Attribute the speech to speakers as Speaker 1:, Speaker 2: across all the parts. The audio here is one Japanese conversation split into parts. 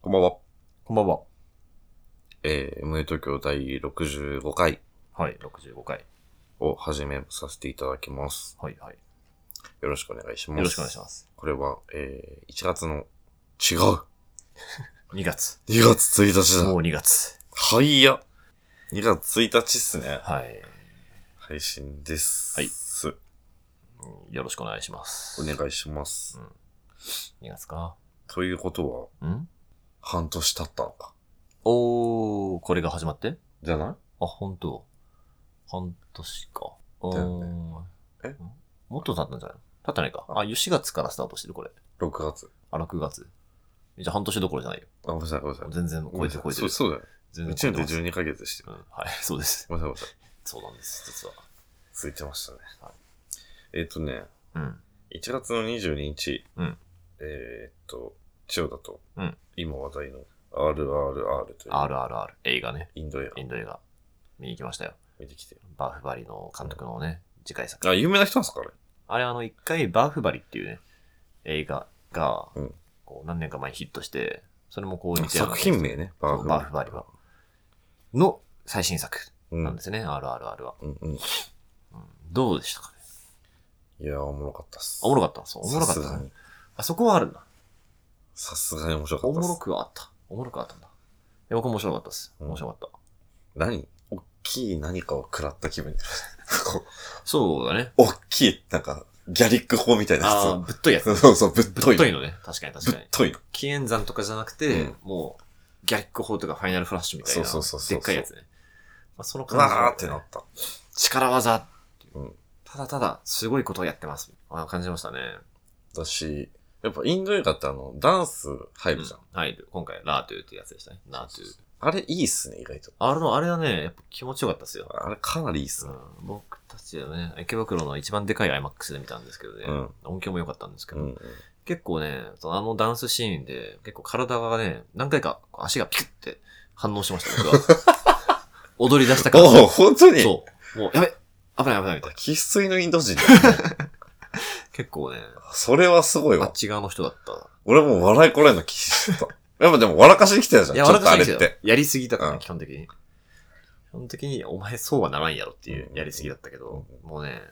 Speaker 1: こんばんは。
Speaker 2: こんばんは。
Speaker 1: えー、MA 東京第65回
Speaker 2: はい、65回。
Speaker 1: を始めさせていただきます。
Speaker 2: はい、はい。
Speaker 1: よろしくお願いします。
Speaker 2: よろしくお願いします。
Speaker 1: これは、えー、1月の、違う
Speaker 2: 2月。
Speaker 1: !2 月1日だ
Speaker 2: もう2月。
Speaker 1: はいや !2 月1日っすね。
Speaker 2: はい。
Speaker 1: 配信です。
Speaker 2: はいうんよろしくお願いします。
Speaker 1: お願いします。
Speaker 2: 2月か。
Speaker 1: ということは、
Speaker 2: ん
Speaker 1: 半年経ったのか。
Speaker 2: おー、これが始まって
Speaker 1: じゃな
Speaker 2: あ、本当。半年か。う
Speaker 1: だよね
Speaker 2: ーん。
Speaker 1: え
Speaker 2: んもっと経ったんじゃない経ってないか。あ、4月からスタートしてる、これ。
Speaker 1: い ?6 月。
Speaker 2: あら、6月。じゃあ半年どころじゃないよ。
Speaker 1: あ、ごめんなさい、ごめんなさい。
Speaker 2: 全然超えて
Speaker 1: ごめ
Speaker 2: 超え
Speaker 1: んなさい
Speaker 2: て
Speaker 1: そ
Speaker 2: る
Speaker 1: う。そうだよ。
Speaker 2: 全
Speaker 1: 1
Speaker 2: 然超
Speaker 1: 年
Speaker 2: えて
Speaker 1: で
Speaker 2: ます。
Speaker 1: 12ヶ月でして
Speaker 2: う
Speaker 1: る。
Speaker 2: ん、はい、 そうです。
Speaker 1: ごめんなさい、ごめんなさい。
Speaker 2: そうなんです、実は。
Speaker 1: ついてましたね。
Speaker 2: はい
Speaker 1: えっ、とね、
Speaker 2: うん。
Speaker 1: 1月の22日、
Speaker 2: うん
Speaker 1: えーっと、千代田と、
Speaker 2: うん
Speaker 1: 今話題の RRR という
Speaker 2: RRR、映画ね。
Speaker 1: インド映画
Speaker 2: インド映画。見に行きましたよ。
Speaker 1: 見てきてる。
Speaker 2: バーフバリの監督のね、次回作。
Speaker 1: あ、有名な人なんですかね
Speaker 2: あれ、あの、一回、バーフバリっていうね、映画が
Speaker 1: うん、
Speaker 2: こう、何年か前にヒットして、それもこう、似て
Speaker 1: 作品名ね、バー
Speaker 2: バー
Speaker 1: フ
Speaker 2: バーフバリは。の最新作
Speaker 1: うん
Speaker 2: なんですね、RRR は、
Speaker 1: うんうん。い
Speaker 2: うんどうでしたかね
Speaker 1: やー、おもろかったっす。
Speaker 2: おもろ
Speaker 1: かっ
Speaker 2: かったんですよおもろかっ
Speaker 1: さす
Speaker 2: た
Speaker 1: が
Speaker 2: ね、
Speaker 1: に。
Speaker 2: あそこはあるんだ。
Speaker 1: さすがに面白か
Speaker 2: お
Speaker 1: ったっす。
Speaker 2: もろくはあった。おもろくはあったんだ。いや僕も面白かったです。
Speaker 1: うん
Speaker 2: 面白かった。
Speaker 1: 何大きい何かを食らった気分になる。 こう
Speaker 2: そう だね。
Speaker 1: 大きい、なんか、ギャリック砲みたいなやつ
Speaker 2: ああ、
Speaker 1: を。
Speaker 2: ぶっといやつ。ぶ
Speaker 1: そうそう そう、ぶっと
Speaker 2: っ
Speaker 1: い。
Speaker 2: とい
Speaker 1: の。
Speaker 2: のね。確かに確
Speaker 1: ぶ
Speaker 2: か
Speaker 1: っ
Speaker 2: に。
Speaker 1: といの。
Speaker 2: 紀元山とかじゃなくて、
Speaker 1: うん
Speaker 2: もう、ギャリックホールとかファイナルフラッシュみたいな、
Speaker 1: そうそうそうそう
Speaker 2: でっかいやつね。まあ、その
Speaker 1: う
Speaker 2: 感じ、
Speaker 1: わーってなっ。た。
Speaker 2: 力技、
Speaker 1: うん。
Speaker 2: ただただ、すごいことをやってます。あ感じましたね。
Speaker 1: だし、やっぱインド映画ってあの、ダンス入るじゃん。
Speaker 2: はい、今回、ラートゥーっていうやつでしたね。ラートゥー。
Speaker 1: あれいいっすね、意外と。
Speaker 2: あれの、あれはね、やっぱ気持ちよかったですよ。
Speaker 1: あれかなりいいっす
Speaker 2: う
Speaker 1: ね。
Speaker 2: ん、僕たちはね、池袋の一番でかい IMAX で見たんですけどね、
Speaker 1: うん
Speaker 2: 音響も良かったんですけ
Speaker 1: う
Speaker 2: ど、
Speaker 1: んうん。
Speaker 2: 結構ね、そのあのダンスシーンで、結構体がね、何回かこう足がピクって反応しました、僕は。 踊り出したから。
Speaker 1: おお、本当に
Speaker 2: そう。もう、やべ危ない危ないみたいな。
Speaker 1: 生粋のインド人だね
Speaker 2: 結構ね、
Speaker 1: それはすごい
Speaker 2: あっ
Speaker 1: わ。
Speaker 2: ち側の人だった。
Speaker 1: 俺もう笑いこらえの気してた。やっぱでも笑かしに来てたじゃん。ちょっとあれっ。
Speaker 2: 笑かしてたやりすぎだから、ね
Speaker 1: うん
Speaker 2: 基本的に。基本的に、お前そうはならんやろっていう
Speaker 1: うん
Speaker 2: やりすぎだったけど、
Speaker 1: う
Speaker 2: もうね、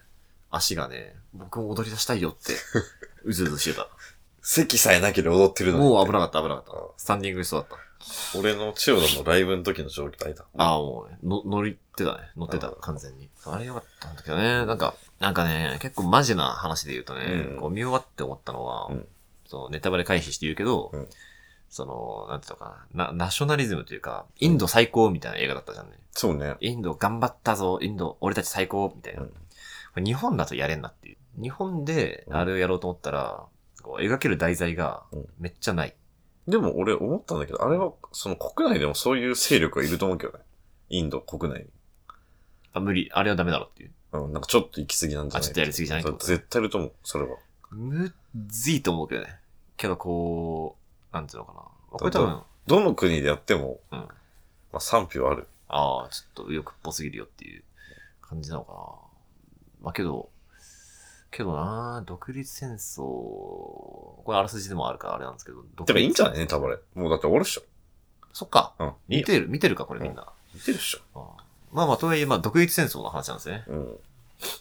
Speaker 2: 足がね、僕も踊り出したい よって、うずうずしてた。
Speaker 1: 席さえなければ踊ってるのに。
Speaker 2: もう危なかった危なかった
Speaker 1: うん。
Speaker 2: スタンディングしそうだった。
Speaker 1: 俺の千代田のライブの時の状態だ。
Speaker 2: ああ、もうね、の乗りってたね。乗ってた、
Speaker 1: うん
Speaker 2: 完全に。あれよかったんだけどね、なんか、なんかね、結構マジな話で言うとね、
Speaker 1: うん
Speaker 2: こう見終わって思ったのは、
Speaker 1: うん
Speaker 2: そのネタバレ回避して言うけど、
Speaker 1: うん
Speaker 2: その、なんていうのかな、なナショナリズムというか、インド最高みたいな映画だったじゃんね。
Speaker 1: そうね。
Speaker 2: インド頑張ったぞ、インド俺たち最高みたいな。
Speaker 1: うん
Speaker 2: これ日本だとやれんなっていう。日本であれをやろうと思ったら、こう描ける題材が
Speaker 1: うん
Speaker 2: めっちゃない。
Speaker 1: でも俺思ったんだけど、あれは、その国内でもそういう勢力がいると思うけどね。インド国内に。
Speaker 2: あ、無理、あれはダメだろっていう。
Speaker 1: うん、なんかちょっと行き過ぎなんじゃ
Speaker 2: あ、
Speaker 1: ない
Speaker 2: ちょっとやりすぎじゃないってこと
Speaker 1: 絶対いると思う、それは。
Speaker 2: むっずいと思うけどね。けどこう、なんていうのかな。まあこれ多
Speaker 1: だ
Speaker 2: 分、
Speaker 1: どの国でやっても、
Speaker 2: うん。あ
Speaker 1: まあ、賛否はある。
Speaker 2: あ、ちょっと右翼っぽすぎるよっていう感じなのかな。まあけど、けどな、独立戦争、これあらすじでもあるからあれなんですけど、
Speaker 1: てかいいんじゃ
Speaker 2: い
Speaker 1: ないネタバレ。もうだって俺っしょ。
Speaker 2: そっか。
Speaker 1: うん。いい
Speaker 2: 見
Speaker 1: よ
Speaker 2: てる、見てるか、これみんな。
Speaker 1: 見てるっしょ。
Speaker 2: ああまあまあ、とはいえ、まあ、独立戦争の話なんですね。
Speaker 1: うん。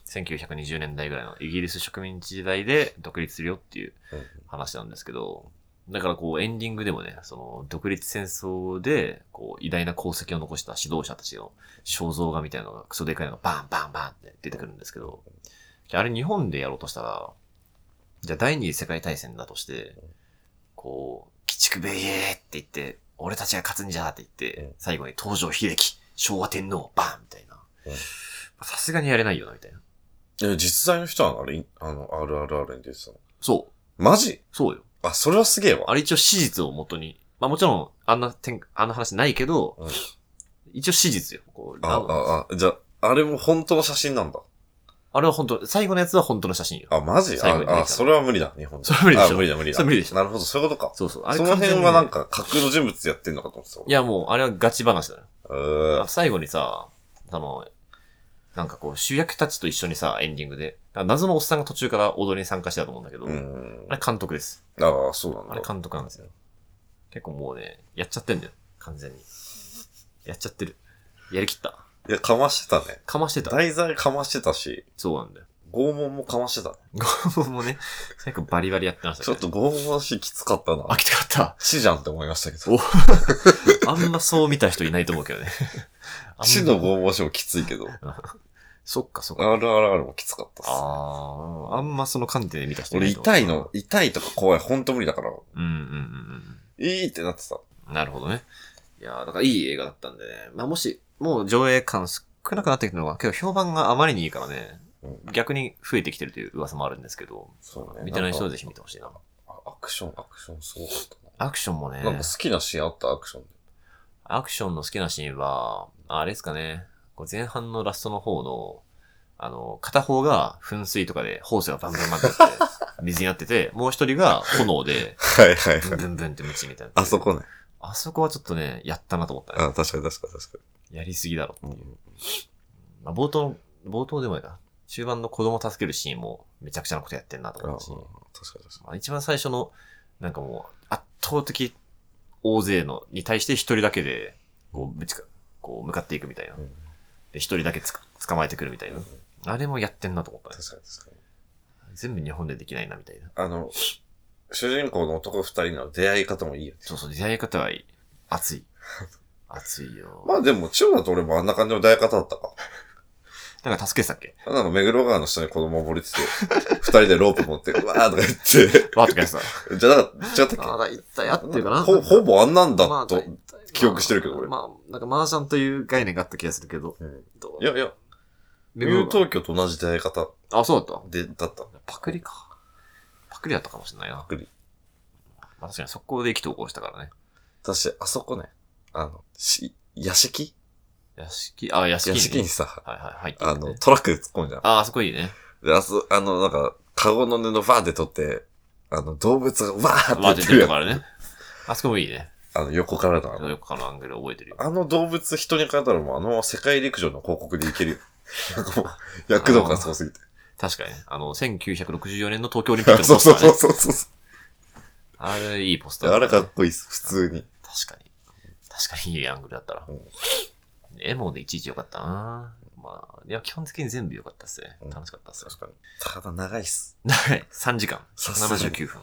Speaker 2: 1920年代ぐらいのイギリス植民地時代で独立するよっていう
Speaker 1: うん
Speaker 2: 話なんですけど、だからこうエンディングでもね、その独立戦争でこう偉大な功績を残した指導者たちの肖像画みたいなのがクソでかいのがバンバンバンって出てくるんですけど、あれ日本でやろうとしたら、じゃあ第二次世界大戦だとして、こう、鬼畜米英って言って、俺たちが勝つんじゃって言っ
Speaker 1: うん
Speaker 2: て、最後に東条英機、昭和天皇、バンみたいな
Speaker 1: うん。
Speaker 2: さすがにやれないよな、みたいな。
Speaker 1: え、実在の人はあれ、あの、RRR に出てたの。
Speaker 2: そう。
Speaker 1: マジ
Speaker 2: そうよ。
Speaker 1: あ、それはすげえわ。
Speaker 2: あれ一応史実をもとに。まあもちろん、あんなてん、あんな話ないけど、
Speaker 1: うん
Speaker 2: 一応史実よ。こう
Speaker 1: あ、
Speaker 2: あの
Speaker 1: あ、あ、じゃあ、あれも本当の写真なんだ。
Speaker 2: あれは本当最後のやつは本当の写真よ。
Speaker 1: あ、マジ
Speaker 2: 最後に出てきた
Speaker 1: あ、あ、それは無理だ、日本人
Speaker 2: それは無理でしょ
Speaker 1: あ、無理だ、無理だ。
Speaker 2: それ無理でしょ
Speaker 1: なるほど、そういうことか。
Speaker 2: そうそう。あれ
Speaker 1: その辺はなん
Speaker 2: か。
Speaker 1: か、架空の人物でやってんのかと思ってた
Speaker 2: いやもう、あれはガチ話だよ。
Speaker 1: 俺。う
Speaker 2: 最後にさ、あの、なんかこう、主役たちと一緒にさ、エンディングで、だから謎のおっさんが途中から踊りに参加してたと思うんだけど、
Speaker 1: ーん。
Speaker 2: あれ監督です。
Speaker 1: ああ、そうなん
Speaker 2: あ
Speaker 1: だ
Speaker 2: れ。監督なんですよ。結構もうね、やっちゃってんだよ。完全に。やっちゃってる。やりきった。
Speaker 1: いや、かましてたね。
Speaker 2: かましてた。
Speaker 1: 題材かましてたし、
Speaker 2: そうなんだよ。
Speaker 1: 拷問もかましてたね。
Speaker 2: 拷問もね、最後バリバリやってました
Speaker 1: ち
Speaker 2: け
Speaker 1: ょ
Speaker 2: ど、
Speaker 1: っと拷問しきつかったな
Speaker 2: あ、。きたかっ
Speaker 1: 死じゃんって思いましたけ
Speaker 2: お
Speaker 1: ど。
Speaker 2: た。あんまそう見た人いないと思うけどね。あん ま
Speaker 1: 死の拷問師もきついけど。
Speaker 2: そっかそっか。
Speaker 1: RRR もきつかったっす。
Speaker 2: ああ、あんまその観点で見た人
Speaker 1: 俺
Speaker 2: と思う
Speaker 1: 痛いの、痛いとか怖い、ほんと無理だから、
Speaker 2: うんうんうん
Speaker 1: いいってなってた。
Speaker 2: うん。なるほどね。いやーだからいい映画だったんでね。まあもし、もう上映感少なくなってきたのは、結構評判があまりにいいからね、
Speaker 1: うん
Speaker 2: 逆に増えてきてるという噂もあるんですけど、
Speaker 1: そう
Speaker 2: 見てない人は
Speaker 1: で
Speaker 2: ぜひ見てほしいな。
Speaker 1: アクション、アクションすごかった
Speaker 2: アクションもね
Speaker 1: な。、なんか好きなシーンあった、アクションで。
Speaker 2: アクションの好きなシーンは、あれですかね、こう前半のラストの方の、あの、片方が噴水とかでホースがバンバンバンってやって、 水になってて、もう一人が炎で、
Speaker 1: はいはい
Speaker 2: ブンブンブンってムチみたいな。
Speaker 1: あそ。こね。
Speaker 2: あそこはちょっとね、やったなと思ったね。
Speaker 1: あ、確かに確かに確か
Speaker 2: やりすぎだろって
Speaker 1: に
Speaker 2: いう。。まあ、冒頭の、冒頭でもないかな。中盤の子供助けるシーンもめちゃくちゃなことやってんなと
Speaker 1: あうん
Speaker 2: 思ったし、
Speaker 1: 確かに確か
Speaker 2: まあ、一番最初の、なんかもう、圧倒的大勢の、に対して一人だけで、こう、ぶちか、こう、向かっていくみたいな。
Speaker 1: に。うん
Speaker 2: で、一人だけつか捕まえてくるみたいな。あれもやってんなと思ったね。
Speaker 1: 確かに確かに。
Speaker 2: 全部日本でできないなみたいな。
Speaker 1: あの、主人公の男二人の出会い方もいいよね。
Speaker 2: そうそう、出会い方はいい。熱い。熱いよ。
Speaker 1: まあでも、千代田と俺もあんな感じの出会い方だったか。
Speaker 2: なんか助けてたっけ
Speaker 1: なんか目黒川の下に子供溺れてて、二人でロープ持って、うわーとか言って、
Speaker 2: わーとかやって。
Speaker 1: じゃなかった、じゃなかった たっ
Speaker 2: あだ、一体合ってるかな
Speaker 1: けほ、ほぼあんなん
Speaker 2: ま
Speaker 1: だ
Speaker 2: あだ
Speaker 1: と
Speaker 2: い。たい
Speaker 1: 記憶してるけど俺
Speaker 2: まあ、なんかマージャンという概念があった気がするけど。
Speaker 1: うん
Speaker 2: どう
Speaker 1: いやいや、ニ
Speaker 2: メモ
Speaker 1: ュー
Speaker 2: が
Speaker 1: 東京と同じ出会い方
Speaker 2: あ、そうだっ
Speaker 1: で、だった。
Speaker 2: た。パクリか。パクリだったかもしれないな。パ
Speaker 1: クリ。
Speaker 2: まあ、確かに速攻で意気投合したからね。
Speaker 1: 私、あそこね、あの、し、屋敷
Speaker 2: 屋敷、あ、屋敷
Speaker 1: 屋敷
Speaker 2: に
Speaker 1: に
Speaker 2: ね。
Speaker 1: さ、
Speaker 2: はいはい、入って
Speaker 1: あ
Speaker 2: いく
Speaker 1: の、
Speaker 2: ね。
Speaker 1: トラックで突っ込んじゃん。
Speaker 2: あ、あそこいいね。
Speaker 1: で、あそ、あの、なんか、カゴの布バーって取って、あの、動物がわーって
Speaker 2: マ
Speaker 1: や
Speaker 2: ー
Speaker 1: っ
Speaker 2: ジ
Speaker 1: て
Speaker 2: ャン
Speaker 1: る
Speaker 2: 出
Speaker 1: や
Speaker 2: る
Speaker 1: ん
Speaker 2: か。らね。あそこもいいね。
Speaker 1: あの、横からのあの。
Speaker 2: よくあのアングル覚えてるよ。
Speaker 1: あの動物人に変えたらもうあのまま世界陸上の広告でい けるよ。なんかもう、躍動感すごすぎて。
Speaker 2: 確かにね。あの、1964年の東京オリンピッ
Speaker 1: あ
Speaker 2: クの
Speaker 1: そう
Speaker 2: ポスタ
Speaker 1: そ
Speaker 2: ー、
Speaker 1: う
Speaker 2: ね。
Speaker 1: そうそうそう。
Speaker 2: あれ、いいポスター、
Speaker 1: あれかっこいいっす、普通に。
Speaker 2: 確かに。確かにいいアングルだったら。
Speaker 1: うん
Speaker 2: 絵もね、いちいち良かったなまあ、いや、基本的に全部良かったっすね
Speaker 1: うん。
Speaker 2: 楽しかったっす。
Speaker 1: かに。ただ長いっす。
Speaker 2: 長い。3時間。
Speaker 1: さすがに
Speaker 2: 79分。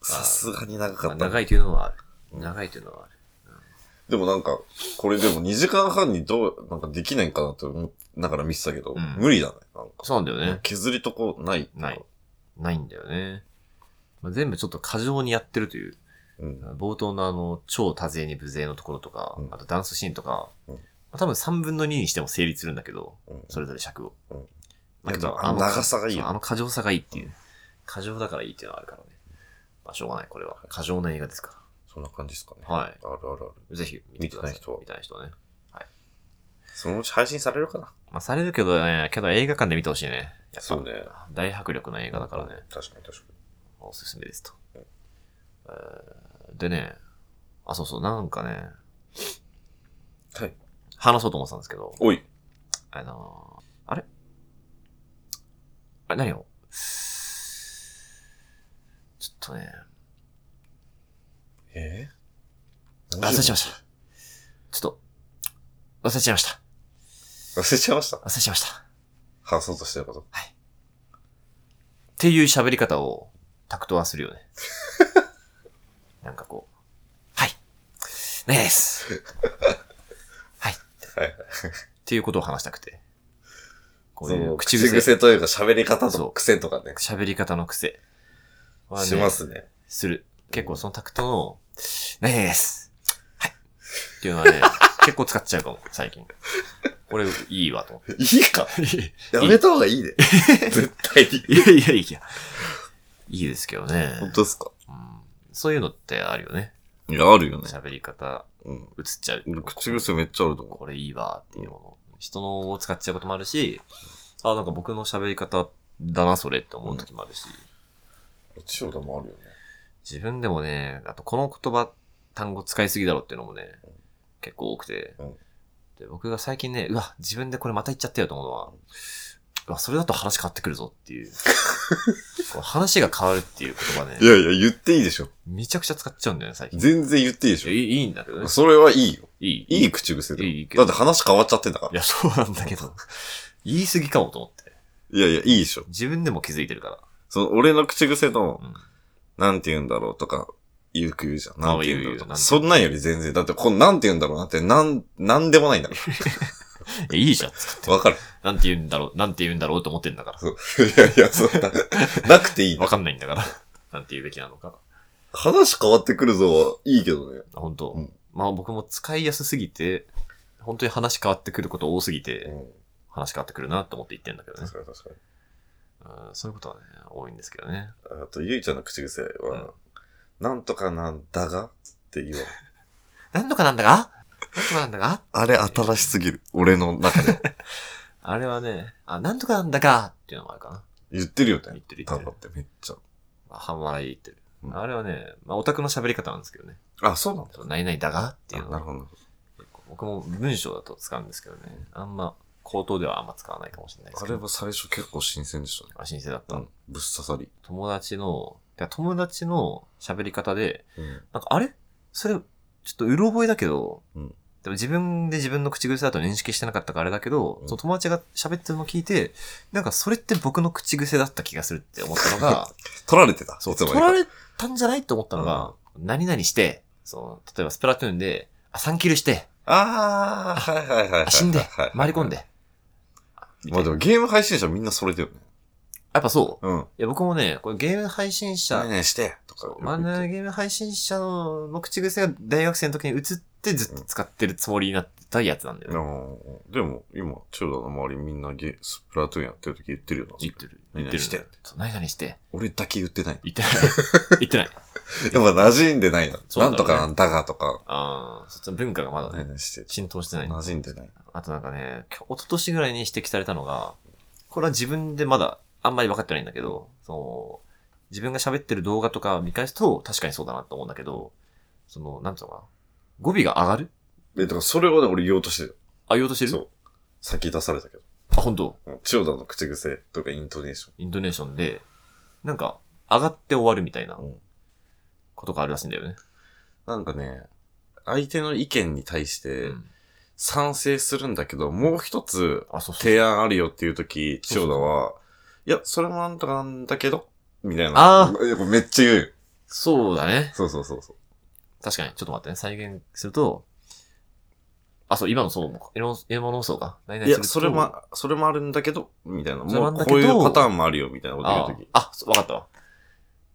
Speaker 1: さすがに長か
Speaker 2: まあ
Speaker 1: った。
Speaker 2: 長いというのはあ
Speaker 1: う
Speaker 2: る。
Speaker 1: ん
Speaker 2: 長いというのはある。
Speaker 1: でもなんか、これでも2時間半にどう、なんかできないんかなと思いながら見てたけど、
Speaker 2: うん
Speaker 1: 無理だね。なんか、
Speaker 2: そうなんだよね。
Speaker 1: 削りとこない。
Speaker 2: ない。ないんだよね。まあ、全部ちょっと過剰にやってるという。
Speaker 1: うん。
Speaker 2: 冒頭のあの、超多勢に無勢のところとか、
Speaker 1: うん
Speaker 2: あとダンスシーンとか、
Speaker 1: うん
Speaker 2: まあ、多分3分の2にしても成立するんだけど、
Speaker 1: うん
Speaker 2: それぞれ尺を。
Speaker 1: うん
Speaker 2: だけ
Speaker 1: い
Speaker 2: ど、
Speaker 1: やあの長さがいいよ
Speaker 2: そうあの過剰さがいいっていう。過剰だからいいっていうのはあるからね。まあ、しょうがない、これは。過剰な映画ですか
Speaker 1: そんな感じですかね。
Speaker 2: ら。は
Speaker 1: あるあるある。
Speaker 2: い。ぜひ見てくださ
Speaker 1: 見てない
Speaker 2: い。
Speaker 1: 人は
Speaker 2: 見てない人はね。
Speaker 1: そのうち配信されるかな
Speaker 2: まあ、されるけどね、けど映画館で見てほしいね。やっぱ
Speaker 1: そうね
Speaker 2: 大迫力の映画だからね。。
Speaker 1: 確かに確か
Speaker 2: おすすめですと。えーでね、あ、そうそう、なんかね、
Speaker 1: に。はい。
Speaker 2: 話そうと思ってたんですけど、
Speaker 1: おい。
Speaker 2: あのーあれあれ、何をちょっとね、
Speaker 1: え
Speaker 2: 忘れちゃいました。ちょっと、忘れちゃいました。
Speaker 1: た。忘れちゃいました。
Speaker 2: 忘れちゃいました。っ
Speaker 1: 話そうとしてること。
Speaker 2: ていう喋り方を、タクトはするよね。 なんかこう、はい、な いです。はい。
Speaker 1: はい。
Speaker 2: っていうことを話したくて。こう
Speaker 1: そ
Speaker 2: い
Speaker 1: の
Speaker 2: う
Speaker 1: 口
Speaker 2: 口
Speaker 1: 癖
Speaker 2: 癖。
Speaker 1: というか喋り方
Speaker 2: そ
Speaker 1: の
Speaker 2: う
Speaker 1: 癖とかね。
Speaker 2: 喋り方の癖はね
Speaker 1: しますね。
Speaker 2: する。結構そのタクトの、ないです。はい。っていうの はね、結構使っちゃうかも、最近。これいいわと思っ
Speaker 1: い いか
Speaker 2: て。
Speaker 1: やめた方がいいね。絶対に。
Speaker 2: いやいやいや。いいですけどね、
Speaker 1: 本当ですか
Speaker 2: うんそういうのってあるよね。
Speaker 1: いや、あるよね。
Speaker 2: 喋り方、
Speaker 1: うん。
Speaker 2: 映っちゃう。
Speaker 1: 俺口癖めっちゃあると思
Speaker 2: これいいわっていうもの。人のを使っちゃうこともあるし、あ、なんか僕の喋り方だな、それって思う時もあるし。
Speaker 1: う。千代田もあるよね。
Speaker 2: 自分でもね、あとこの言葉、単語使いすぎだろっていうのもね
Speaker 1: うん、
Speaker 2: 結構多くて
Speaker 1: うん。
Speaker 2: で僕が最 近ね、うわ、自分でこれまた言っちゃったよと思うのは、うわ、それだと話変わってくるぞっていう。こう話が変わるっていう言葉ね
Speaker 1: い、やいや、言っていいでしょ。
Speaker 2: めちゃくちゃ使っちゃうんだよね、最近。
Speaker 1: 全然言っていいで
Speaker 2: いや
Speaker 1: し
Speaker 2: いいいいんだけどね
Speaker 1: ょ。。それはいいよ。
Speaker 2: いい。
Speaker 1: い
Speaker 2: い
Speaker 1: い口癖だよ。
Speaker 2: いいけ
Speaker 1: だ
Speaker 2: ど
Speaker 1: って話変わっちゃってんだか
Speaker 2: い
Speaker 1: ら。
Speaker 2: や、そうなんだけど。言い過ぎかもと思って。
Speaker 1: いやいや、いいでしょ。
Speaker 2: 自分でも気づいてるから。
Speaker 1: その、俺の口癖の
Speaker 2: うん、
Speaker 1: なんて言うんだろうとか、よく言うじゃん。なんて言うんだろうと
Speaker 2: あ言う言うなんて言うんだろ
Speaker 1: か。
Speaker 2: う
Speaker 1: そんなんより全然。だって、このなんて言うんだろうなって、なん、なんでもないんだか
Speaker 2: いや、いいじゃん、使って
Speaker 1: ら。。わかる。
Speaker 2: なんて言うんだろう、なんて言うんだろうと思ってんだから。
Speaker 1: そういやいや、そう だ。なくていい。
Speaker 2: わかんないんだから。なんて言うべきなのか。
Speaker 1: 話変わってくるぞはいいけどね。
Speaker 2: あ本当、
Speaker 1: うん
Speaker 2: まあ僕も使いやすすぎて、本当に話変わってくること多すぎて、
Speaker 1: ん。
Speaker 2: 話変わってくるなと思って言ってんだけどね
Speaker 1: 確。かに確かに。
Speaker 2: うんそういうことはね、多いんですけどね。
Speaker 1: あと、ゆいちゃんの口癖は、なんとかなんだがって言わん
Speaker 2: なんとかなんだかなんとかなんだか
Speaker 1: あれ新しすぎる。俺の中 では。
Speaker 2: あれはね、あ、なんとかなんだかっていうのもあるかな。
Speaker 1: 言ってるよ
Speaker 2: 言っ
Speaker 1: ね。
Speaker 2: てる言
Speaker 1: 頑
Speaker 2: っ
Speaker 1: 張
Speaker 2: て
Speaker 1: っ
Speaker 2: る。
Speaker 1: てめっちゃ。
Speaker 2: まあ、半笑い言ってる。
Speaker 1: うん
Speaker 2: あれはね、まあオタクの喋り方なんですけどね。
Speaker 1: あ、そうなんだ。
Speaker 2: 何々だがっていう
Speaker 1: あ
Speaker 2: の
Speaker 1: な
Speaker 2: は
Speaker 1: るほど。
Speaker 2: 結構僕も文章だと使うんですけどね。あんま、口頭ではあんま使わないかもしれないです
Speaker 1: あ
Speaker 2: けど。
Speaker 1: れは最初結構新鮮でしたね。
Speaker 2: あ、新鮮だった。
Speaker 1: うん。ぶっ刺さり。
Speaker 2: 友達の、いや友達の喋り方で、
Speaker 1: うん。
Speaker 2: なんかあれそれ、ちょっとうろ覚えだけど、
Speaker 1: うん
Speaker 2: でも自分で自分の口癖だと認識してなかったからあれだけど、
Speaker 1: うん
Speaker 2: その友達が喋ってるのを聞いて、なんかそれって僕の口癖だった気がするって思ったの が、
Speaker 1: 取られてた。
Speaker 2: そう、
Speaker 1: いつも
Speaker 2: 取られたんじゃないと思ったのが、何々して、その、例えばスプラトゥーンで、あ、3キルして、
Speaker 1: あー、はいはいはいはいはい。
Speaker 2: あ、死んで
Speaker 1: はいはいは、い
Speaker 2: 回り込ん。で。み
Speaker 1: ま
Speaker 2: た
Speaker 1: あ
Speaker 2: い
Speaker 1: で
Speaker 2: な
Speaker 1: もゲーム配信者みんなそれだよね。
Speaker 2: やっぱそう。
Speaker 1: うん。
Speaker 2: いや、僕もね、これゲーム配信者、
Speaker 1: ねえねえしてとかよく言
Speaker 2: マ
Speaker 1: って。
Speaker 2: ナーゲーム配信者のの口癖が大学生の時に移ってずっと使ってるつもりになってたやつなんだよね。
Speaker 1: うんでも、今、チューダの周りみんなゲスプラトゥーンやってる時言ってるよな。
Speaker 2: 言ってる。
Speaker 1: 何
Speaker 2: 言
Speaker 1: 々
Speaker 2: ってる。
Speaker 1: して
Speaker 2: そう何々して。
Speaker 1: 俺だけ言ってない。
Speaker 2: 言ってない。 言ってない。
Speaker 1: やっぱ馴染んでないな。
Speaker 2: そう
Speaker 1: な
Speaker 2: だね
Speaker 1: んとかなんだがとか、
Speaker 2: ああ、そっちの文化がま
Speaker 1: ね
Speaker 2: だ
Speaker 1: え
Speaker 2: ね、
Speaker 1: ねえして。
Speaker 2: 浸透してない。
Speaker 1: 馴染んでない。
Speaker 2: あとなんかね、きょ一昨年ぐらいに指摘されたのが、これは自分でまだあんまり分かってないんだけど、その、自分が喋ってる動画とか見返すと確かにそうだなと思うんだけど、その、なんつうのかな。語尾が上がる
Speaker 1: え、だからそれをね、俺言おうとしてる。
Speaker 2: あ、言おうとして
Speaker 1: そ
Speaker 2: る
Speaker 1: う先出されたけど。
Speaker 2: あ、本当
Speaker 1: うんチューダの口癖とかイントネーシ
Speaker 2: イントネーションで、なんか、上がって終わるみたいな
Speaker 1: ョン。うん
Speaker 2: ことがあるらしいんだよね。
Speaker 1: なんかね、相手の意見に対して
Speaker 2: うん
Speaker 1: 賛成するんだけど、もう一つ
Speaker 2: あ、そうそう。
Speaker 1: 提案あるよっていう時、千代田は、いや、それもなんとかなんだけど、みたいな。
Speaker 2: あ
Speaker 1: いやこれめっちゃ言うよ。
Speaker 2: そうだね。
Speaker 1: そうそうそうそう。
Speaker 2: 確かに、ちょっと待ってね。再現すると、あ、そう、今のそうも、今の今のそうか。何
Speaker 1: い
Speaker 2: 々する
Speaker 1: や、
Speaker 2: と
Speaker 1: それも、それもあるんだけど、みたいな。
Speaker 2: それも
Speaker 1: も
Speaker 2: あ
Speaker 1: う
Speaker 2: るんだけ
Speaker 1: こう
Speaker 2: ど
Speaker 1: いうパターンもあるよ、みたいなこと言う
Speaker 2: あ
Speaker 1: 時。
Speaker 2: あ、そうわかったわ。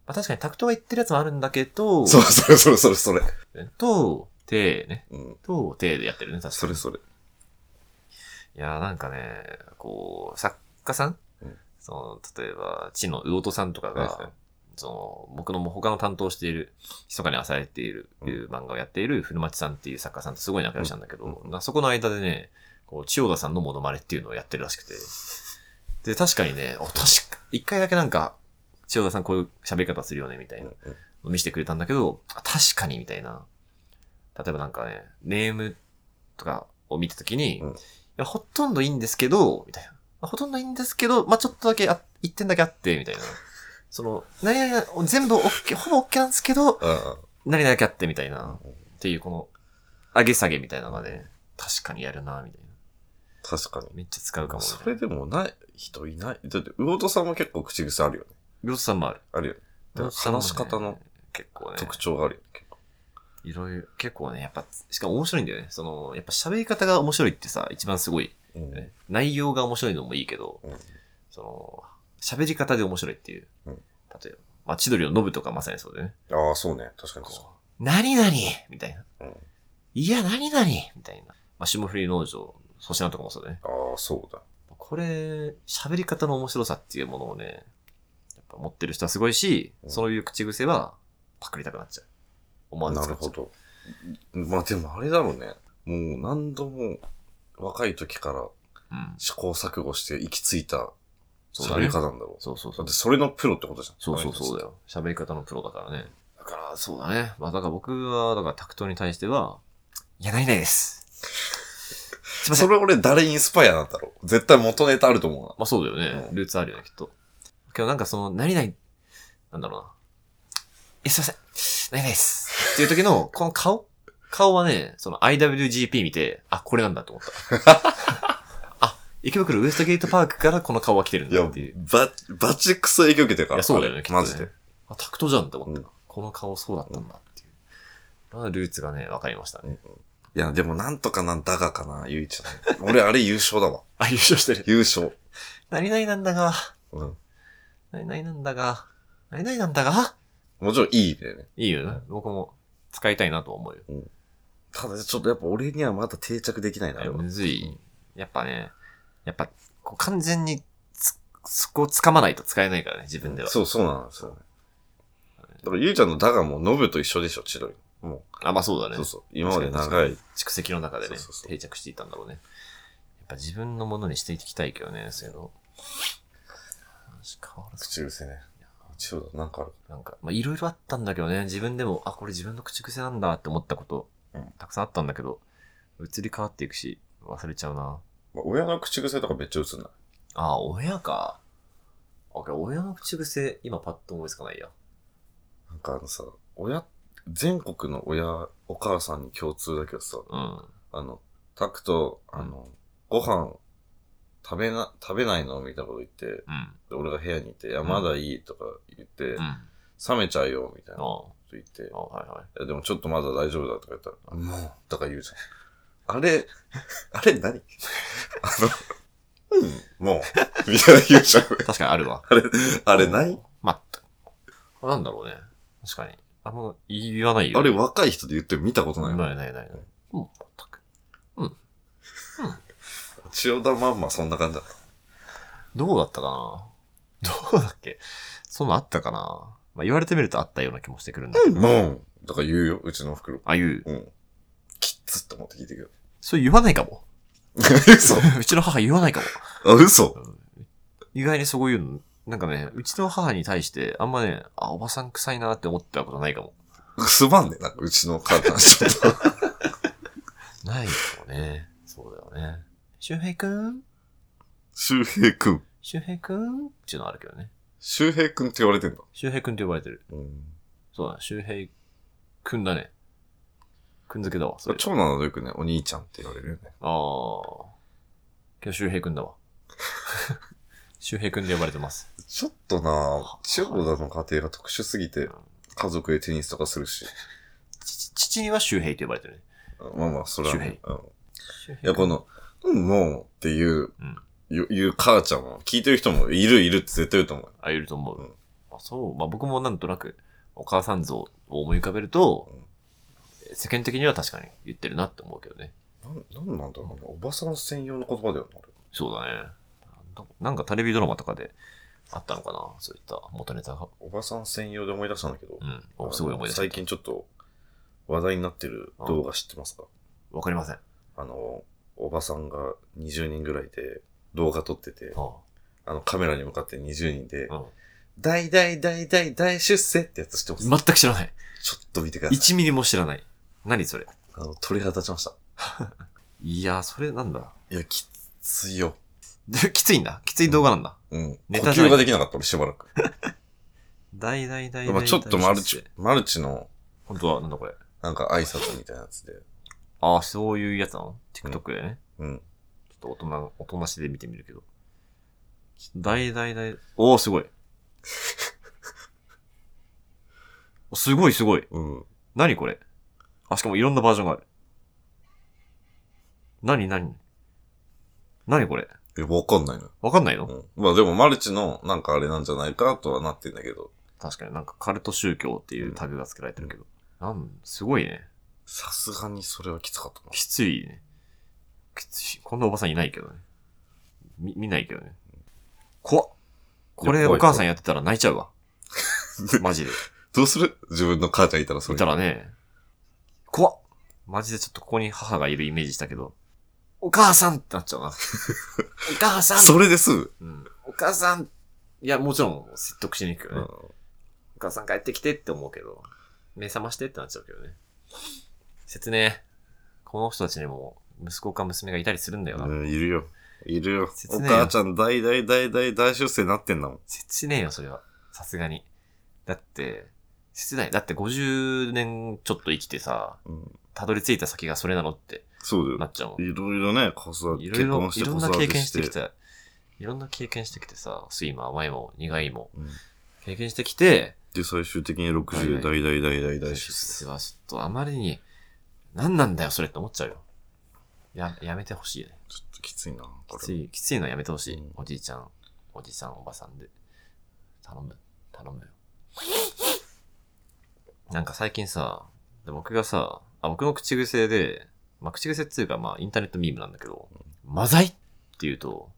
Speaker 2: まあ、確かに、タクトが言ってるやつもあるんだけど、
Speaker 1: そうそれそれそれそれ。
Speaker 2: と、てね。
Speaker 1: うん。
Speaker 2: と、てでやってるね、確
Speaker 1: そ
Speaker 2: か
Speaker 1: れ
Speaker 2: に。
Speaker 1: それ。
Speaker 2: いやー、なんかね、こう、作家さん、
Speaker 1: うん
Speaker 2: その、例えば、地の魚とさんとかが、
Speaker 1: はいはい
Speaker 2: その、僕のも他の担当している、密かに朝えている、
Speaker 1: うん
Speaker 2: いう漫画をやっている古町さんっていう作家さんとすごい仲良しなんだけど、
Speaker 1: うん
Speaker 2: なそこの間でね、こう、千代田さんのモノマネっていうのをやってるらしくて、で、確かにね、お、確か、一回だけなんか、千代田さんこういう喋り方するよね、みたいな、見せてくれたんだけど、あ確かに、みたいな。例えばなんかね、ネームとかを見たときに、
Speaker 1: うん
Speaker 2: いや、ほとんどいいんですけど、みたいな。まあほとんどいいんですけど、まあ、ちょっとだけあ、一点だけあって、みたいな。その、何々、全部オッケー、ほぼオッケーなんですけど、
Speaker 1: あ
Speaker 2: 何々だけあって、みたいな
Speaker 1: あ。。
Speaker 2: っていう、この、上げ下げみたいなのがね、確かにやるな、みたいな。
Speaker 1: 確かに。
Speaker 2: めっちゃ使うかも、ね。
Speaker 1: それでもない人いない。だって、魚田さんも結構口癖あるよね。
Speaker 2: 秒さんもある。
Speaker 1: あるよね。だから話し方の
Speaker 2: 結構ね、
Speaker 1: 特徴があるよね。結構
Speaker 2: いろいろ、結構ね、やっぱ、しかも面白いんだよね。その、やっぱ喋り方が面白いってさ、一番すごい、
Speaker 1: うん
Speaker 2: ね。内容が面白いのもいいけど、
Speaker 1: うん
Speaker 2: その、喋り方で面白いっていう。
Speaker 1: うん
Speaker 2: 例えば、まあ、千鳥のノブとかまさにそうだよね。
Speaker 1: ああ、そうね。確かに確か
Speaker 2: こう、何々みたいな。
Speaker 1: に。うん
Speaker 2: いや、何々みたいな。まあ、霜降り農場、粗品とかもそうだね。
Speaker 1: ああ、そうだ。
Speaker 2: これ、喋り方の面白さっていうものをね、やっぱ持ってる人はすごいし、
Speaker 1: うん
Speaker 2: そういう口癖はパクりたくなっちゃう。思わず
Speaker 1: な
Speaker 2: 使
Speaker 1: る
Speaker 2: っちゃ
Speaker 1: ほ
Speaker 2: う。
Speaker 1: ど。まあでもあれだろうね。もう何度も若い時から
Speaker 2: うん。
Speaker 1: 試行錯誤して行き着いた
Speaker 2: そうだ
Speaker 1: 喋
Speaker 2: ね
Speaker 1: り方なんだろう。
Speaker 2: そうそうそ
Speaker 1: だ
Speaker 2: う
Speaker 1: って。それのプロってことじゃん。
Speaker 2: そうそうそう だ
Speaker 1: よ。
Speaker 2: よ。喋り方のプロだからね。だから、そうだね。まあ、だから僕は、だからタクトに対しては、いや、ないないです。すいません。
Speaker 1: それ俺誰インスパイアなんだろう。絶対元ネタあると思う
Speaker 2: まあそうだよね。
Speaker 1: うん
Speaker 2: ルーツあるよね、きっと。けどなんかその、何々、なんだろうな。え、すいません。何々です。っていう時 の、この顔顔はね、その IWGP 見て、あ、これなんだと思った。 あ、池袋ウエストゲートパークからこの顔は来てるん
Speaker 1: いや、
Speaker 2: だ
Speaker 1: ば
Speaker 2: っていう。、
Speaker 1: バチクソ影響受けてるから。
Speaker 2: いや、そうだよね、
Speaker 1: あ
Speaker 2: きっ
Speaker 1: れ
Speaker 2: と、ね。
Speaker 1: マジで。。
Speaker 2: あ、タクトじゃんって思った、
Speaker 1: うん
Speaker 2: この顔そうだったんだっていう。まあ、ルーツがね、わかりましたね。
Speaker 1: いや、でもなんとかなんだがかな、ゆいちゃん。俺、あれ優勝だわ。
Speaker 2: あ、優勝してる。
Speaker 1: 優勝。
Speaker 2: 何々なんだが、
Speaker 1: うん。
Speaker 2: 何々なんだが、何々なんだが、
Speaker 1: もちろんいい意味でね。
Speaker 2: いいよね。僕も使いたいなとは思うよ。
Speaker 1: ただ、ちょっとやっぱ俺にはまだ定着できないな、あれは
Speaker 2: むずい。やっぱね、やっぱ、こう完全につ、そこを掴まないと使えないからね、自分では。
Speaker 1: そう、そうなんですよね。だから、ゆいちゃんのだがも、ノブと一緒でしょ、千鳥。も
Speaker 2: あ、まあそうだ
Speaker 1: う、
Speaker 2: ね。
Speaker 1: そうそう。今まで長い。
Speaker 2: 蓄積の中でね
Speaker 1: そうそうそ、う
Speaker 2: 定着していたんだろうね。やっぱ自分のものにしていきたいけどね、そういうの。話変わらず。
Speaker 1: 口癖ね。千代だ、なんかある。
Speaker 2: なんか、まあいろいろあったんだけどね、自分でも、あ、これ自分の口癖なんだって思ったこと
Speaker 1: うん、
Speaker 2: たくさんあったんだけど、移り変わっていくし、忘れちゃうな。
Speaker 1: まあ、親の口癖とかめっちゃ映んない。
Speaker 2: あ、親か。あ、俺親の口癖、今パッと思いつかないや。
Speaker 1: なんかあのさ、親、全国の親、お母さんに共通だけどさ、
Speaker 2: うん。
Speaker 1: あの、タクト、あの、ご飯、食べな、食べないのみたいなこと言って、
Speaker 2: うん。
Speaker 1: で俺が部屋にいて、いや、
Speaker 2: うん
Speaker 1: まだいいとか言って、
Speaker 2: うん。あ
Speaker 1: 冷めちゃうよ、みたいなこ
Speaker 2: あ、
Speaker 1: と言って、い
Speaker 2: あはいはい。
Speaker 1: や、でもちょっとまだ大丈夫だとか言ったら、もう、とか言うじゃん。あれ、あれ何あの、うん、もう、みたいな言うじゃん。
Speaker 2: 確かにあるわ。
Speaker 1: あれ、あれ何
Speaker 2: まあ、これなんだろうね。確かに。あんま言わないよ。
Speaker 1: あれ若い人で言ってるの見たことないわ。
Speaker 2: ないないないない。もう、全く。
Speaker 1: 千代田まんまそんな感じだった。
Speaker 2: どうだったかな どうだっけそんなのあったかなまあ言われてみるとあったような気もしてくるんだけど。
Speaker 1: もう、とか言うよ、うちの袋。
Speaker 2: ああいう、
Speaker 1: うん。きっつって思って聞いてくる。
Speaker 2: そう言わないかも。
Speaker 1: 嘘
Speaker 2: うちの母言わないかも。
Speaker 1: あ、嘘
Speaker 2: 意外にそういうの、なんかね、うちの母に対して、あんまね、あ、おばさん臭いなって思ったことないかも。
Speaker 1: すまんね、なんかうちの母ちゃん。ちょ っと
Speaker 2: ないかもね。そうだよね。周平くん
Speaker 1: 周平くん。
Speaker 2: 周平くんっていうのはあるけどね。
Speaker 1: 周平くんって言われてんだ。
Speaker 2: 周平くんって呼ばれてる。
Speaker 1: うん。
Speaker 2: そうだ、周平くんだね。くん付けだわ、それ。
Speaker 1: 長男のよくね、お兄ちゃんって言われるよね。
Speaker 2: ああ。今日周平くんだ わ。周平くんで呼ばれてます。
Speaker 1: ちょっとな千代田の家庭が特殊すぎて、家族でテニスとかするし。
Speaker 2: 父父には周平と呼ばれてるね。
Speaker 1: まあまあ、それは、
Speaker 2: 周
Speaker 1: ね。うん。い
Speaker 2: 周平
Speaker 1: や、この、うん、もうっていう、
Speaker 2: うん
Speaker 1: よいう母ちゃんも、聞いてる人も、いるいるって絶対言うと思う。
Speaker 2: あ、いると思う。
Speaker 1: うん
Speaker 2: あそう。まあ僕もなんとなく、お母さん像を思い浮かべると、世間的には確かに言ってるなって思うけどね。
Speaker 1: なん、なんなんだろうね。おばさん専用の言葉だよな、
Speaker 2: そうだね。なんだなんかテレビドラマとかであったのかなそういった元ネタが。
Speaker 1: おばさん専用で思い出したんだけど。
Speaker 2: うん。おすごい思い出した
Speaker 1: 最。近ちょっと話題になってる動画知ってますか
Speaker 2: わかりません。あ
Speaker 1: あの、おばさんが20人ぐらいで動画撮ってて、
Speaker 2: あ
Speaker 1: あのカメラに向かって20人で、
Speaker 2: うん
Speaker 1: 大大大大大出世ってやつしてます。
Speaker 2: 全く知らない。
Speaker 1: ちょっと見てください。
Speaker 2: 1ミリも知らない。何それ。
Speaker 1: あの、鳥肌立ちました。
Speaker 2: いや、それなんだ。
Speaker 1: いや、きついよ。
Speaker 2: できついんだ。きつい動画なんだ。
Speaker 1: うん。
Speaker 2: ネ
Speaker 1: 呼
Speaker 2: タじゃ
Speaker 1: 吸
Speaker 2: ない
Speaker 1: ができなかった、俺しばらく。
Speaker 2: 大大大
Speaker 1: まあちょっとマルチ。、マルチの、
Speaker 2: 本当は、なんだこれ。
Speaker 1: なんか挨拶みたいなやつで。
Speaker 2: ああ、そういうやつなの ?TikTok でね。
Speaker 1: うん。
Speaker 2: ちょっと大人、大人なしで見てみるけど。大大大、おお、すごい。おすごいすごい。
Speaker 1: うん。
Speaker 2: 何これあ、しかもいろんなバージョンがある。何何何これ
Speaker 1: え、わかんないの。
Speaker 2: わかんないの、
Speaker 1: うん。まあでもマルチの、なんかあれなんじゃないかとはなってんだけど、
Speaker 2: 確かになんかカルト宗教っていうタグが付けられてるけど。なん、すごいね。
Speaker 1: さすがにそれはきつかったな。
Speaker 2: きついね。きつい。こんなおばさんいないけどね。み、見ないけどね。怖っ。こ
Speaker 1: い
Speaker 2: れ
Speaker 1: や怖
Speaker 2: お
Speaker 1: い
Speaker 2: 母さんやってたら泣いちゃ うわ。マジで。
Speaker 1: どうする自分の母ちゃんいたらそれ。
Speaker 2: いたらね。怖っ。マジでちょっとここに母がいるイメージしたけど。お母さんってなっちゃう な。お母さん
Speaker 1: それです。うん。
Speaker 2: うん。お母さん。いや、もちろん説得しに行くよね。お母さん帰ってきてって思うけど、目覚ましてってなっちゃうけどね。説明。この人たちにも息子か娘がいたりするんだよな。
Speaker 1: うんいるよ。いるよ。
Speaker 2: 切
Speaker 1: お
Speaker 2: ねえよ
Speaker 1: 母ちゃん大大大大大出世なってんだもん。
Speaker 2: 切ねえよ、それは。さすがに。だって、切ない。だって50年ちょっと生きてさ、
Speaker 1: うん、
Speaker 2: たどり着いた先がそれなのって
Speaker 1: そうだよ
Speaker 2: な。っちゃうもん。
Speaker 1: いろいろね、子育て、
Speaker 2: いろい
Speaker 1: 結
Speaker 2: ろ
Speaker 1: 婚、し
Speaker 2: い
Speaker 1: て
Speaker 2: ろ
Speaker 1: 子
Speaker 2: んな
Speaker 1: 育
Speaker 2: 経
Speaker 1: て
Speaker 2: 験
Speaker 1: し
Speaker 2: してき
Speaker 1: て。
Speaker 2: た。いろんな経験してきてさ、睡魔、甘いも、苦いも、
Speaker 1: うん
Speaker 2: 経験してきて、
Speaker 1: で、最終的に60で大大大大大出世。
Speaker 2: 実はちょっとあまりに、何なんだよ、それって思っちゃうよ。や、やめてほしいね。
Speaker 1: ちょっときついな、
Speaker 2: き
Speaker 1: こ
Speaker 2: つ
Speaker 1: れ。
Speaker 2: い、きついのはやめてほしい。
Speaker 1: うん
Speaker 2: おじいちゃん、おじさん、おばさんで。頼む、頼むよ。なんか最近さ、で僕がさ、あ、僕の口癖で、まあ、口癖っていうか、まあ、インターネットミームなんだけど、マザイって言うと、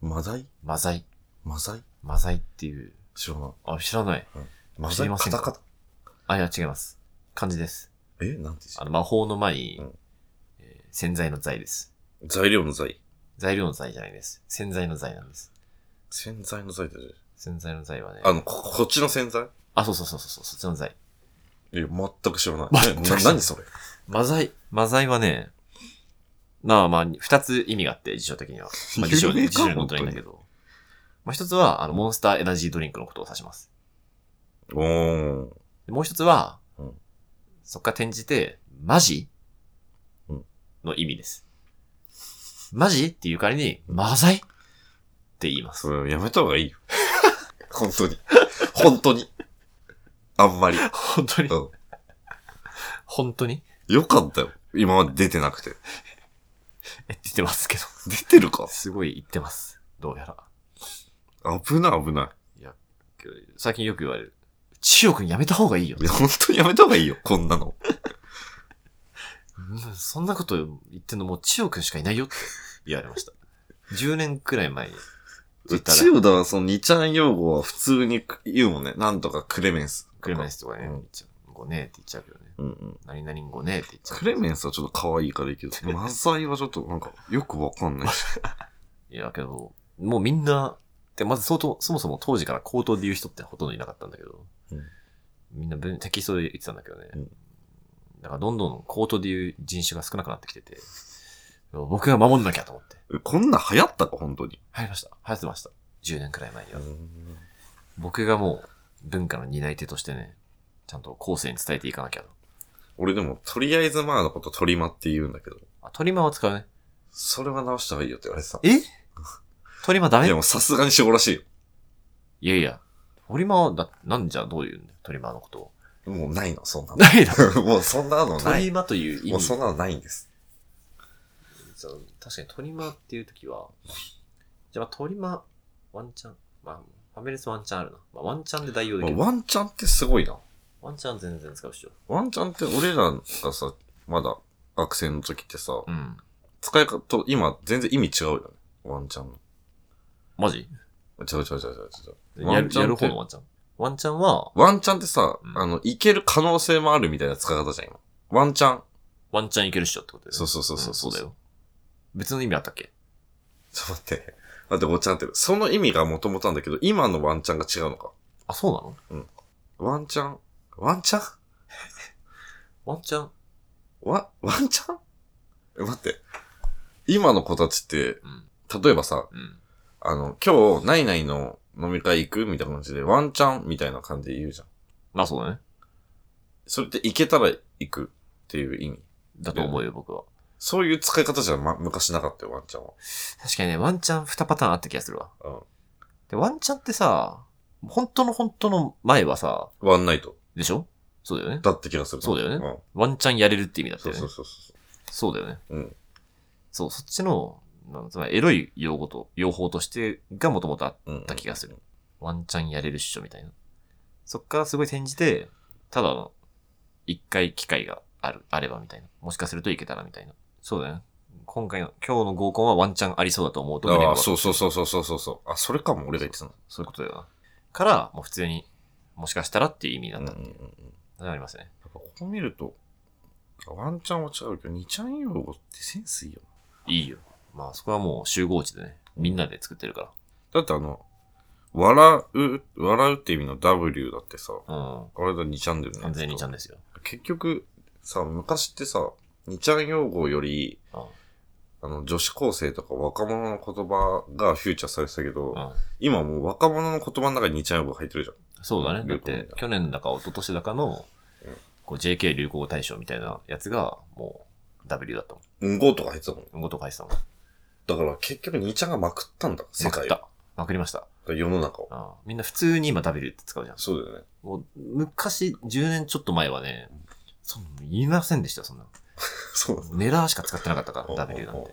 Speaker 1: マダイ
Speaker 2: マザイ、
Speaker 1: マザイ
Speaker 2: マザイっていう、
Speaker 1: 知らない。
Speaker 2: あ、知らない。
Speaker 1: マ
Speaker 2: 知
Speaker 1: ザイ
Speaker 2: りませ
Speaker 1: カ
Speaker 2: ん
Speaker 1: タ
Speaker 2: か
Speaker 1: カタ。
Speaker 2: あ、いや、違います。漢字です。
Speaker 1: えなんて
Speaker 2: あの、魔法の前に、
Speaker 1: うん
Speaker 2: えー洗剤の剤です。
Speaker 1: 材料の材。
Speaker 2: 材料の剤じゃないです。洗剤の剤なんです。
Speaker 1: 洗剤の材だよ。
Speaker 2: 洗剤の剤はね、
Speaker 1: あの、こ、こっちの洗剤
Speaker 2: あ、そうそうそうそう、そっちの剤。
Speaker 1: いや、全く知らない。
Speaker 2: 全く知らない
Speaker 1: な何それ
Speaker 2: マザイ、マザイはね、まあまあ、二つ意味があって、辞書的には。まあ、辞書
Speaker 1: 有名
Speaker 2: で、
Speaker 1: か
Speaker 2: 辞書に載ってないんだけど。まあ一つは、あの、モンスターエナジードリンクのことを指します。
Speaker 1: おー。
Speaker 2: でもう一つは、
Speaker 1: うん
Speaker 2: そっから転じて、マジ
Speaker 1: うん
Speaker 2: の意味です。マジっていう代わりに、マザイって言います。
Speaker 1: それやめた方がいい よ。本当に。本当に。あんまり。
Speaker 2: 本当に
Speaker 1: うん。
Speaker 2: 本当に
Speaker 1: よかったよ。今まで出てなくて。
Speaker 2: え、出てますけど。
Speaker 1: 出てるか
Speaker 2: すごい言ってます。どうやら。
Speaker 1: 危ない危ない
Speaker 2: や、最近よく言われる。千代くんやめた方がいいよ
Speaker 1: い。い。や、本当にやめた方がいいよ。こんなの。
Speaker 2: うんそんなこと言ってんのもう千代くんしかいないよって 言われました。10年くらい前に。
Speaker 1: う
Speaker 2: Twitter で
Speaker 1: ちよだはその二ちゃん用語は普通に言うもんね。なんとかクレメンス。
Speaker 2: クレメンスとかね、
Speaker 1: うん
Speaker 2: 言っちゃう。ごねえって言っちゃうけどね。
Speaker 1: うんうん。
Speaker 2: 何々ごねえって言っちゃう。
Speaker 1: クレメンスはちょっと可愛いからいいけど、マザイはちょっとなんかよくわかんないし。
Speaker 2: いや、だけど、もうみんな、で、まず相当、そもそも当時から口頭で言う人ってほとんどいなかったんだけど、
Speaker 1: うん
Speaker 2: みんな文テキストで言ってたんだけどね。
Speaker 1: うん
Speaker 2: だからどんどん口頭で言う人種が少なくなってきてて、僕が守んなきゃと思って。
Speaker 1: こんなん流行ったか、本当に。
Speaker 2: 流行りました。流行ってました。10年くらい前には。僕がもう文化の担い手としてね、ちゃんと後世に伝えていかなきゃと。
Speaker 1: 俺でも、とりあえずまあのことトリマって言うんだけど、
Speaker 2: あ、トリマーは使うね。
Speaker 1: それは直した方がいいよって言われてた。
Speaker 2: えトリマーダメ
Speaker 1: いやもうさすがにしごらしいよ。
Speaker 2: いやいや。トリマーはだ、なんじゃどういうんだよ、トリマーのことを。
Speaker 1: もうないの、そんな
Speaker 2: ないだろ。
Speaker 1: の。もうそんなの
Speaker 2: ト
Speaker 1: ない。
Speaker 2: リマーという意
Speaker 1: もうそ
Speaker 2: 味
Speaker 1: ん。なのないんです。
Speaker 2: そう確かにトリマーっていう時は、じゃあまあトリマー、ワンチャン、まあ、ファミレスワンチャンあるな。まあ、ワンチャンで代用で
Speaker 1: ま
Speaker 2: き
Speaker 1: あ
Speaker 2: る。
Speaker 1: ワンチャンってすごいな。
Speaker 2: ワンチャン全然使うっしょ。
Speaker 1: ワンチャンって俺らがさ、まだ学生の時ってさ、
Speaker 2: うん。
Speaker 1: 使い方と今全然意味違うよね。ワンチャンの。
Speaker 2: マジ
Speaker 1: 違う違う違う違う違う。
Speaker 2: や
Speaker 1: ワン
Speaker 2: る
Speaker 1: チャンって
Speaker 2: やる方のワンチャン。ワンチャンは、
Speaker 1: ワンチャンってさ、
Speaker 2: うん
Speaker 1: あの、いける可能性もあるみたいな使い方じゃん、今。ワンチャン。
Speaker 2: ワンチャンいけるっしょってことだよね。
Speaker 1: そうそうそうそう。
Speaker 2: んそうだ。よ。別の意味あったっけ
Speaker 1: ちょっと待って。待って、ごちゃんって。その意味がもともとなんだけど、今のワンチャンが違うのか。
Speaker 2: あ、そうなの
Speaker 1: ワンチャンワンチャン
Speaker 2: ワンチャン
Speaker 1: ワ、ワンチャンえ待って。今の子たちって、
Speaker 2: うん。
Speaker 1: 例えばさ、
Speaker 2: うん。
Speaker 1: あの、今日、ナイナイの飲み会行くみたいな感じで、ワンチャンみたいな感じで言うじゃん。
Speaker 2: まあそうだね。
Speaker 1: それって行けたら行くっていう意味。
Speaker 2: だと思うよ、僕は。
Speaker 1: そういう使い方じゃ、ま、昔なかったよ、ワンチャンは。
Speaker 2: 確かにね、ワンチャン2パターンあった気がするわ。
Speaker 1: うん。
Speaker 2: で、ワンチャンってさ、本当の本当の前はさ、
Speaker 1: ワンナイト
Speaker 2: でしょそうだよね。
Speaker 1: だって気がする。
Speaker 2: そうだよね
Speaker 1: ん。
Speaker 2: ワンチャンやれるって意味だった
Speaker 1: そう
Speaker 2: よね。そ
Speaker 1: そううそうそ
Speaker 2: だよね。
Speaker 1: う。うん。
Speaker 2: そう、そっちの、なんつまりエロい用語と、用法としてがもともとあっ
Speaker 1: うん。
Speaker 2: た気がする。ワンチャンやれるっしょみたいな。そっからすごい転じて、ただの、一回機会がある、あればみたいな。もしかするといけたらみたいな。そうだよね。今回の、今日の合コンはワンチャンありそうだと思うと胸
Speaker 1: あ
Speaker 2: が
Speaker 1: あ、そうそうそうそうそうそうそう。あ、それかも、俺が言ってたの。
Speaker 2: そういうことだよな。から、もう普通に、もしかしたらっていう意味だ
Speaker 1: う
Speaker 2: っ
Speaker 1: んうん
Speaker 2: た。
Speaker 1: うんうん。
Speaker 2: ありますね。
Speaker 1: やっぱこう見ると、ワンチャンは違うけど、二ちゃん用語ってセンスいいよ。
Speaker 2: いいよ。まあそこはもう集合地でね、みんなで作ってるか
Speaker 1: だってあの、笑う、笑うって意味の W だってさ、
Speaker 2: ら。うん。
Speaker 1: あれだ2ちゃんだよね。
Speaker 2: 完全にちゃんですよ。
Speaker 1: 結局、さ、昔ってさ、2ちゃん用語より、
Speaker 2: うん
Speaker 1: あの、女子高生とか若者の言葉がフューチャーされてたけど、
Speaker 2: うん
Speaker 1: 今もう若者の言葉の中に2ちゃん入ってるじゃん。
Speaker 2: そうだね。だっ
Speaker 1: 流行
Speaker 2: て
Speaker 1: 語、
Speaker 2: 去年だか一昨年だかの
Speaker 1: うん、
Speaker 2: こう JK 流行語大賞みたいなやつが、もう W だったもん。
Speaker 1: うんごとか入ってたもん。
Speaker 2: うんごと返したもん。
Speaker 1: だから結局2ちゃんがまくったんだ、世
Speaker 2: まく
Speaker 1: 界
Speaker 2: っ
Speaker 1: を。
Speaker 2: た。まくりました。
Speaker 1: 世の中を。
Speaker 2: ああみんな普通に今 W って使うじゃん。
Speaker 1: そうだよね。
Speaker 2: もう昔、10年ちょっと前はね、そんなの言いませんでしたよ、そんなの。
Speaker 1: そうだ
Speaker 2: ネラーしか使ってなかったから、W なんて。
Speaker 1: て。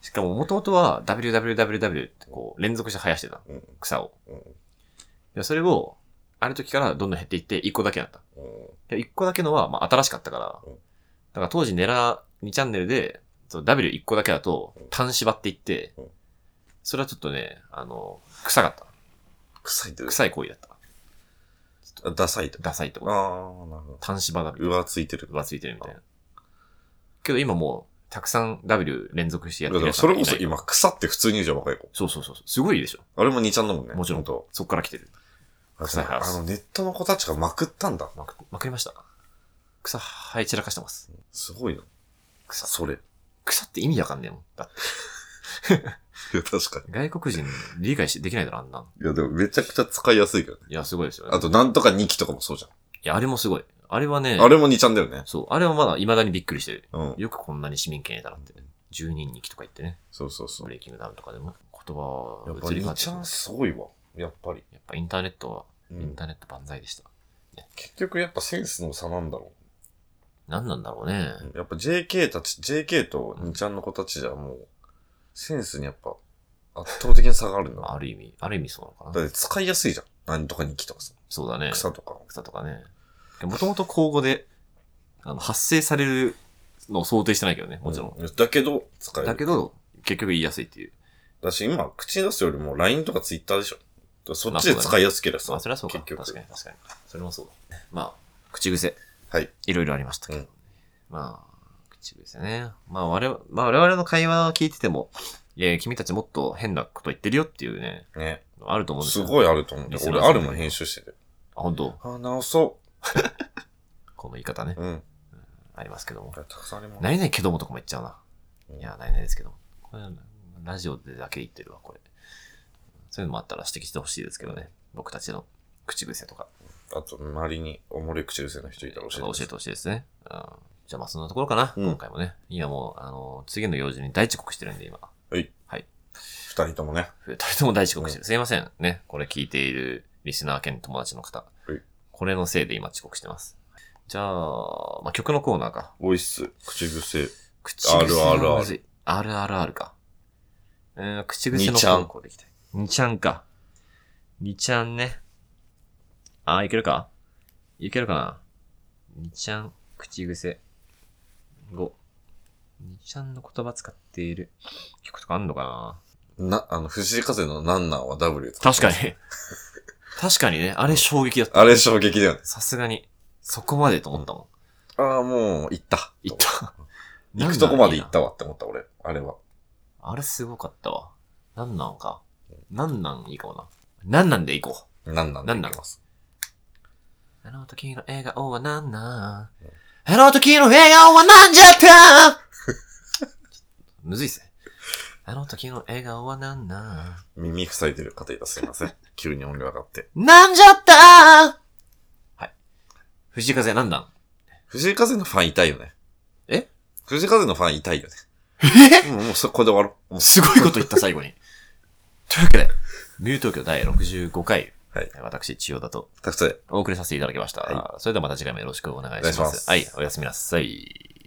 Speaker 2: しかも元々は WWWW ってこう連続して生やしてた。
Speaker 1: うん
Speaker 2: 草を。
Speaker 1: うん
Speaker 2: いやそれを、ある時からどんどん減っていって、1個だけだった。
Speaker 1: うん
Speaker 2: で、1個だけのは、まあ、新しかったから、
Speaker 1: うん
Speaker 2: だから当時ネラ2チャンネルで、その W1 個だけだと
Speaker 1: うん、
Speaker 2: 単縛っていって
Speaker 1: うん、
Speaker 2: それはちょっとね、あの、臭かった。
Speaker 1: 臭いって
Speaker 2: 臭い行為だった。
Speaker 1: あダサいって。
Speaker 2: ダサいって
Speaker 1: ああ
Speaker 2: こと。、
Speaker 1: なるほ
Speaker 2: 単縛だみたい
Speaker 1: ど。
Speaker 2: な。
Speaker 1: 上ついてる。
Speaker 2: 浮ついてるみたいな。けど今もう、たくさん W 連続してや
Speaker 1: だか
Speaker 2: ってる
Speaker 1: ら
Speaker 2: やつ
Speaker 1: そ
Speaker 2: なん
Speaker 1: れこ
Speaker 2: か
Speaker 1: そ
Speaker 2: いない。
Speaker 1: 今、草って普通に言うじゃん、若い子。
Speaker 2: そうそうそうそう。すごいでしょ。
Speaker 1: あれも2ちゃんだもんね。
Speaker 2: もちろん
Speaker 1: と。
Speaker 2: そっから来てる。
Speaker 1: あ
Speaker 2: 臭いハウス
Speaker 1: の、ネットの子たちがまくったんだ。
Speaker 2: まく、まくりました。草、生え散らかしてます。
Speaker 1: すごいな。
Speaker 2: 草。
Speaker 1: それ。い
Speaker 2: 草って意味わかんねえもん。だって。
Speaker 1: や、確か
Speaker 2: 外国人理解しできないだろ、あんなん。
Speaker 1: に。いや、でもめちゃくちゃ使いやすいけどね。
Speaker 2: いや、すごいですよね。
Speaker 1: あと、なんとか2期とかもそうじゃ
Speaker 2: いや、あれもすごい。あれはね、
Speaker 1: ん。あれも2ちゃんだよね。
Speaker 2: そう、あれはまだ未だにびっくりしてる。
Speaker 1: うん。
Speaker 2: よくこんなに市民権得たなって。10人に来とか言ってね。
Speaker 1: そうそうそ
Speaker 2: ブ
Speaker 1: う。
Speaker 2: レイキングダウンとかでも言葉
Speaker 1: や
Speaker 2: は
Speaker 1: っぱ
Speaker 2: 移り変わ
Speaker 1: 2
Speaker 2: って
Speaker 1: ち
Speaker 2: る
Speaker 1: ゃんすごいわ。やっぱり。
Speaker 2: やっぱインターネットは、
Speaker 1: う
Speaker 2: イン
Speaker 1: ん。
Speaker 2: ターネット万歳でした。
Speaker 1: 結局やっぱセンスの差なんだろ
Speaker 2: 何なんだろうね。
Speaker 1: う。やっぱ JK たち、JK と2ちゃんの子たちじゃもう、センスにやっぱ圧倒的な差があるんだ
Speaker 2: ある意味、ある意味そうなのか
Speaker 1: だっ
Speaker 2: な。
Speaker 1: て使いやすいじゃん。何とかに木とかさ、
Speaker 2: そうだね。
Speaker 1: 草とか。
Speaker 2: 草とかね。もともと口語で、あの、発生されるのを想定してないけどね、もちろん。
Speaker 1: う。だけど、使える。
Speaker 2: だけど、結局言いやすいっていう。
Speaker 1: だし、今、口に出すよりも LINE とか Twitter でしょ。だからそっち
Speaker 2: まあそう
Speaker 1: で
Speaker 2: だね
Speaker 1: 使いやすければさ、
Speaker 2: まあ、それはそうか。
Speaker 1: 結
Speaker 2: 確
Speaker 1: 局。
Speaker 2: かに、確かに。それもそうだ。まあ、口癖。
Speaker 1: はい。
Speaker 2: いろいろありましたけど、
Speaker 1: うん
Speaker 2: まあ、口癖ね。まあ、我々、まあ、我々の会話を聞いてても、いや君たちもっと変なこと言ってるよっていうね、
Speaker 1: ね。
Speaker 2: あると思うんです
Speaker 1: す
Speaker 2: よ。
Speaker 1: ごいあると思うん
Speaker 2: リ
Speaker 1: だ
Speaker 2: ス
Speaker 1: よ。
Speaker 2: ナー
Speaker 1: 俺、
Speaker 2: さ
Speaker 1: あ
Speaker 2: ん
Speaker 1: るもん編集してて。
Speaker 2: あ、本当
Speaker 1: あ、直そ
Speaker 2: この言い方ね
Speaker 1: う。。うん。
Speaker 2: ありますけども
Speaker 1: あ。れたくさんあります。
Speaker 2: 何々けどもとかも言っちゃうな。
Speaker 1: うん
Speaker 2: いや、何々ですけども。これ、ラジオでだけ言ってるわ、これ。そういうのもあったら指摘してほしいですけどね。僕たちの口癖とか。
Speaker 1: あと、周りにおもれ口癖の人いたら教えて
Speaker 2: 教
Speaker 1: ほ
Speaker 2: え
Speaker 1: しい
Speaker 2: てほしいですね。うんじゃあまあそんなところかな、
Speaker 1: うん
Speaker 2: 今回もね。今もう、あの、次の用事に大遅刻してるんで今。
Speaker 1: はい。
Speaker 2: はい。
Speaker 1: 二人ともね。
Speaker 2: 二人とも大遅刻してる。すいません。ね。これ聞いているリスナー兼友達の方。
Speaker 1: い
Speaker 2: これのせいで今遅刻してます。じゃあ、まあ曲のコーナーか。
Speaker 1: おいっす。口癖。
Speaker 2: 口癖がむずい。RRR か。うーん、口癖の
Speaker 1: にちゃん
Speaker 2: 方向でいきたい。にちゃんか。にちゃんね。あー、いけるかいけるかなにちゃん、口癖。5。にちゃんの言葉使っている曲とかあんのかな
Speaker 1: な、あの、藤井風のなんなんは W 使って
Speaker 2: 確か
Speaker 1: ま
Speaker 2: に
Speaker 1: す。。
Speaker 2: 確かにね、あれ衝撃だった。
Speaker 1: あれ衝撃だよね。
Speaker 2: さすがに。そこまでと思ったもん。
Speaker 1: ああ、もう、行った。
Speaker 2: 行った。
Speaker 1: 行くとこまで
Speaker 2: なんなんいい
Speaker 1: 行
Speaker 2: な
Speaker 1: ったわって思った、俺。あれは。
Speaker 2: あれすごかったわ。なんなんか。なんなんいいかもな。なんなんでいこ
Speaker 1: なんなん
Speaker 2: なんなん
Speaker 1: でいきます
Speaker 2: う。あの時の笑顔はなんなんあの時の笑顔はなんじゃったちょっ とむずいっすね。あの時の笑顔はなんな
Speaker 1: 耳塞いでる方いたすいません。急に音量上がって。
Speaker 2: んなんじゃったはい。藤井風なんなん
Speaker 1: 藤井風のファン痛いよね。
Speaker 2: え
Speaker 1: 藤井風のファン痛いよね。えもう、もうそこで終わろう。もう
Speaker 2: すごいこと言った最後に。 というわけで、ミュー東京第65回。
Speaker 1: はい
Speaker 2: 私、千代田と
Speaker 1: たくさん。
Speaker 2: お送りさせていただきました。
Speaker 1: は
Speaker 2: それではまた次回もよろしくお願いし
Speaker 1: お願いし
Speaker 2: ま
Speaker 1: ますす
Speaker 2: はい、おやすみなさい。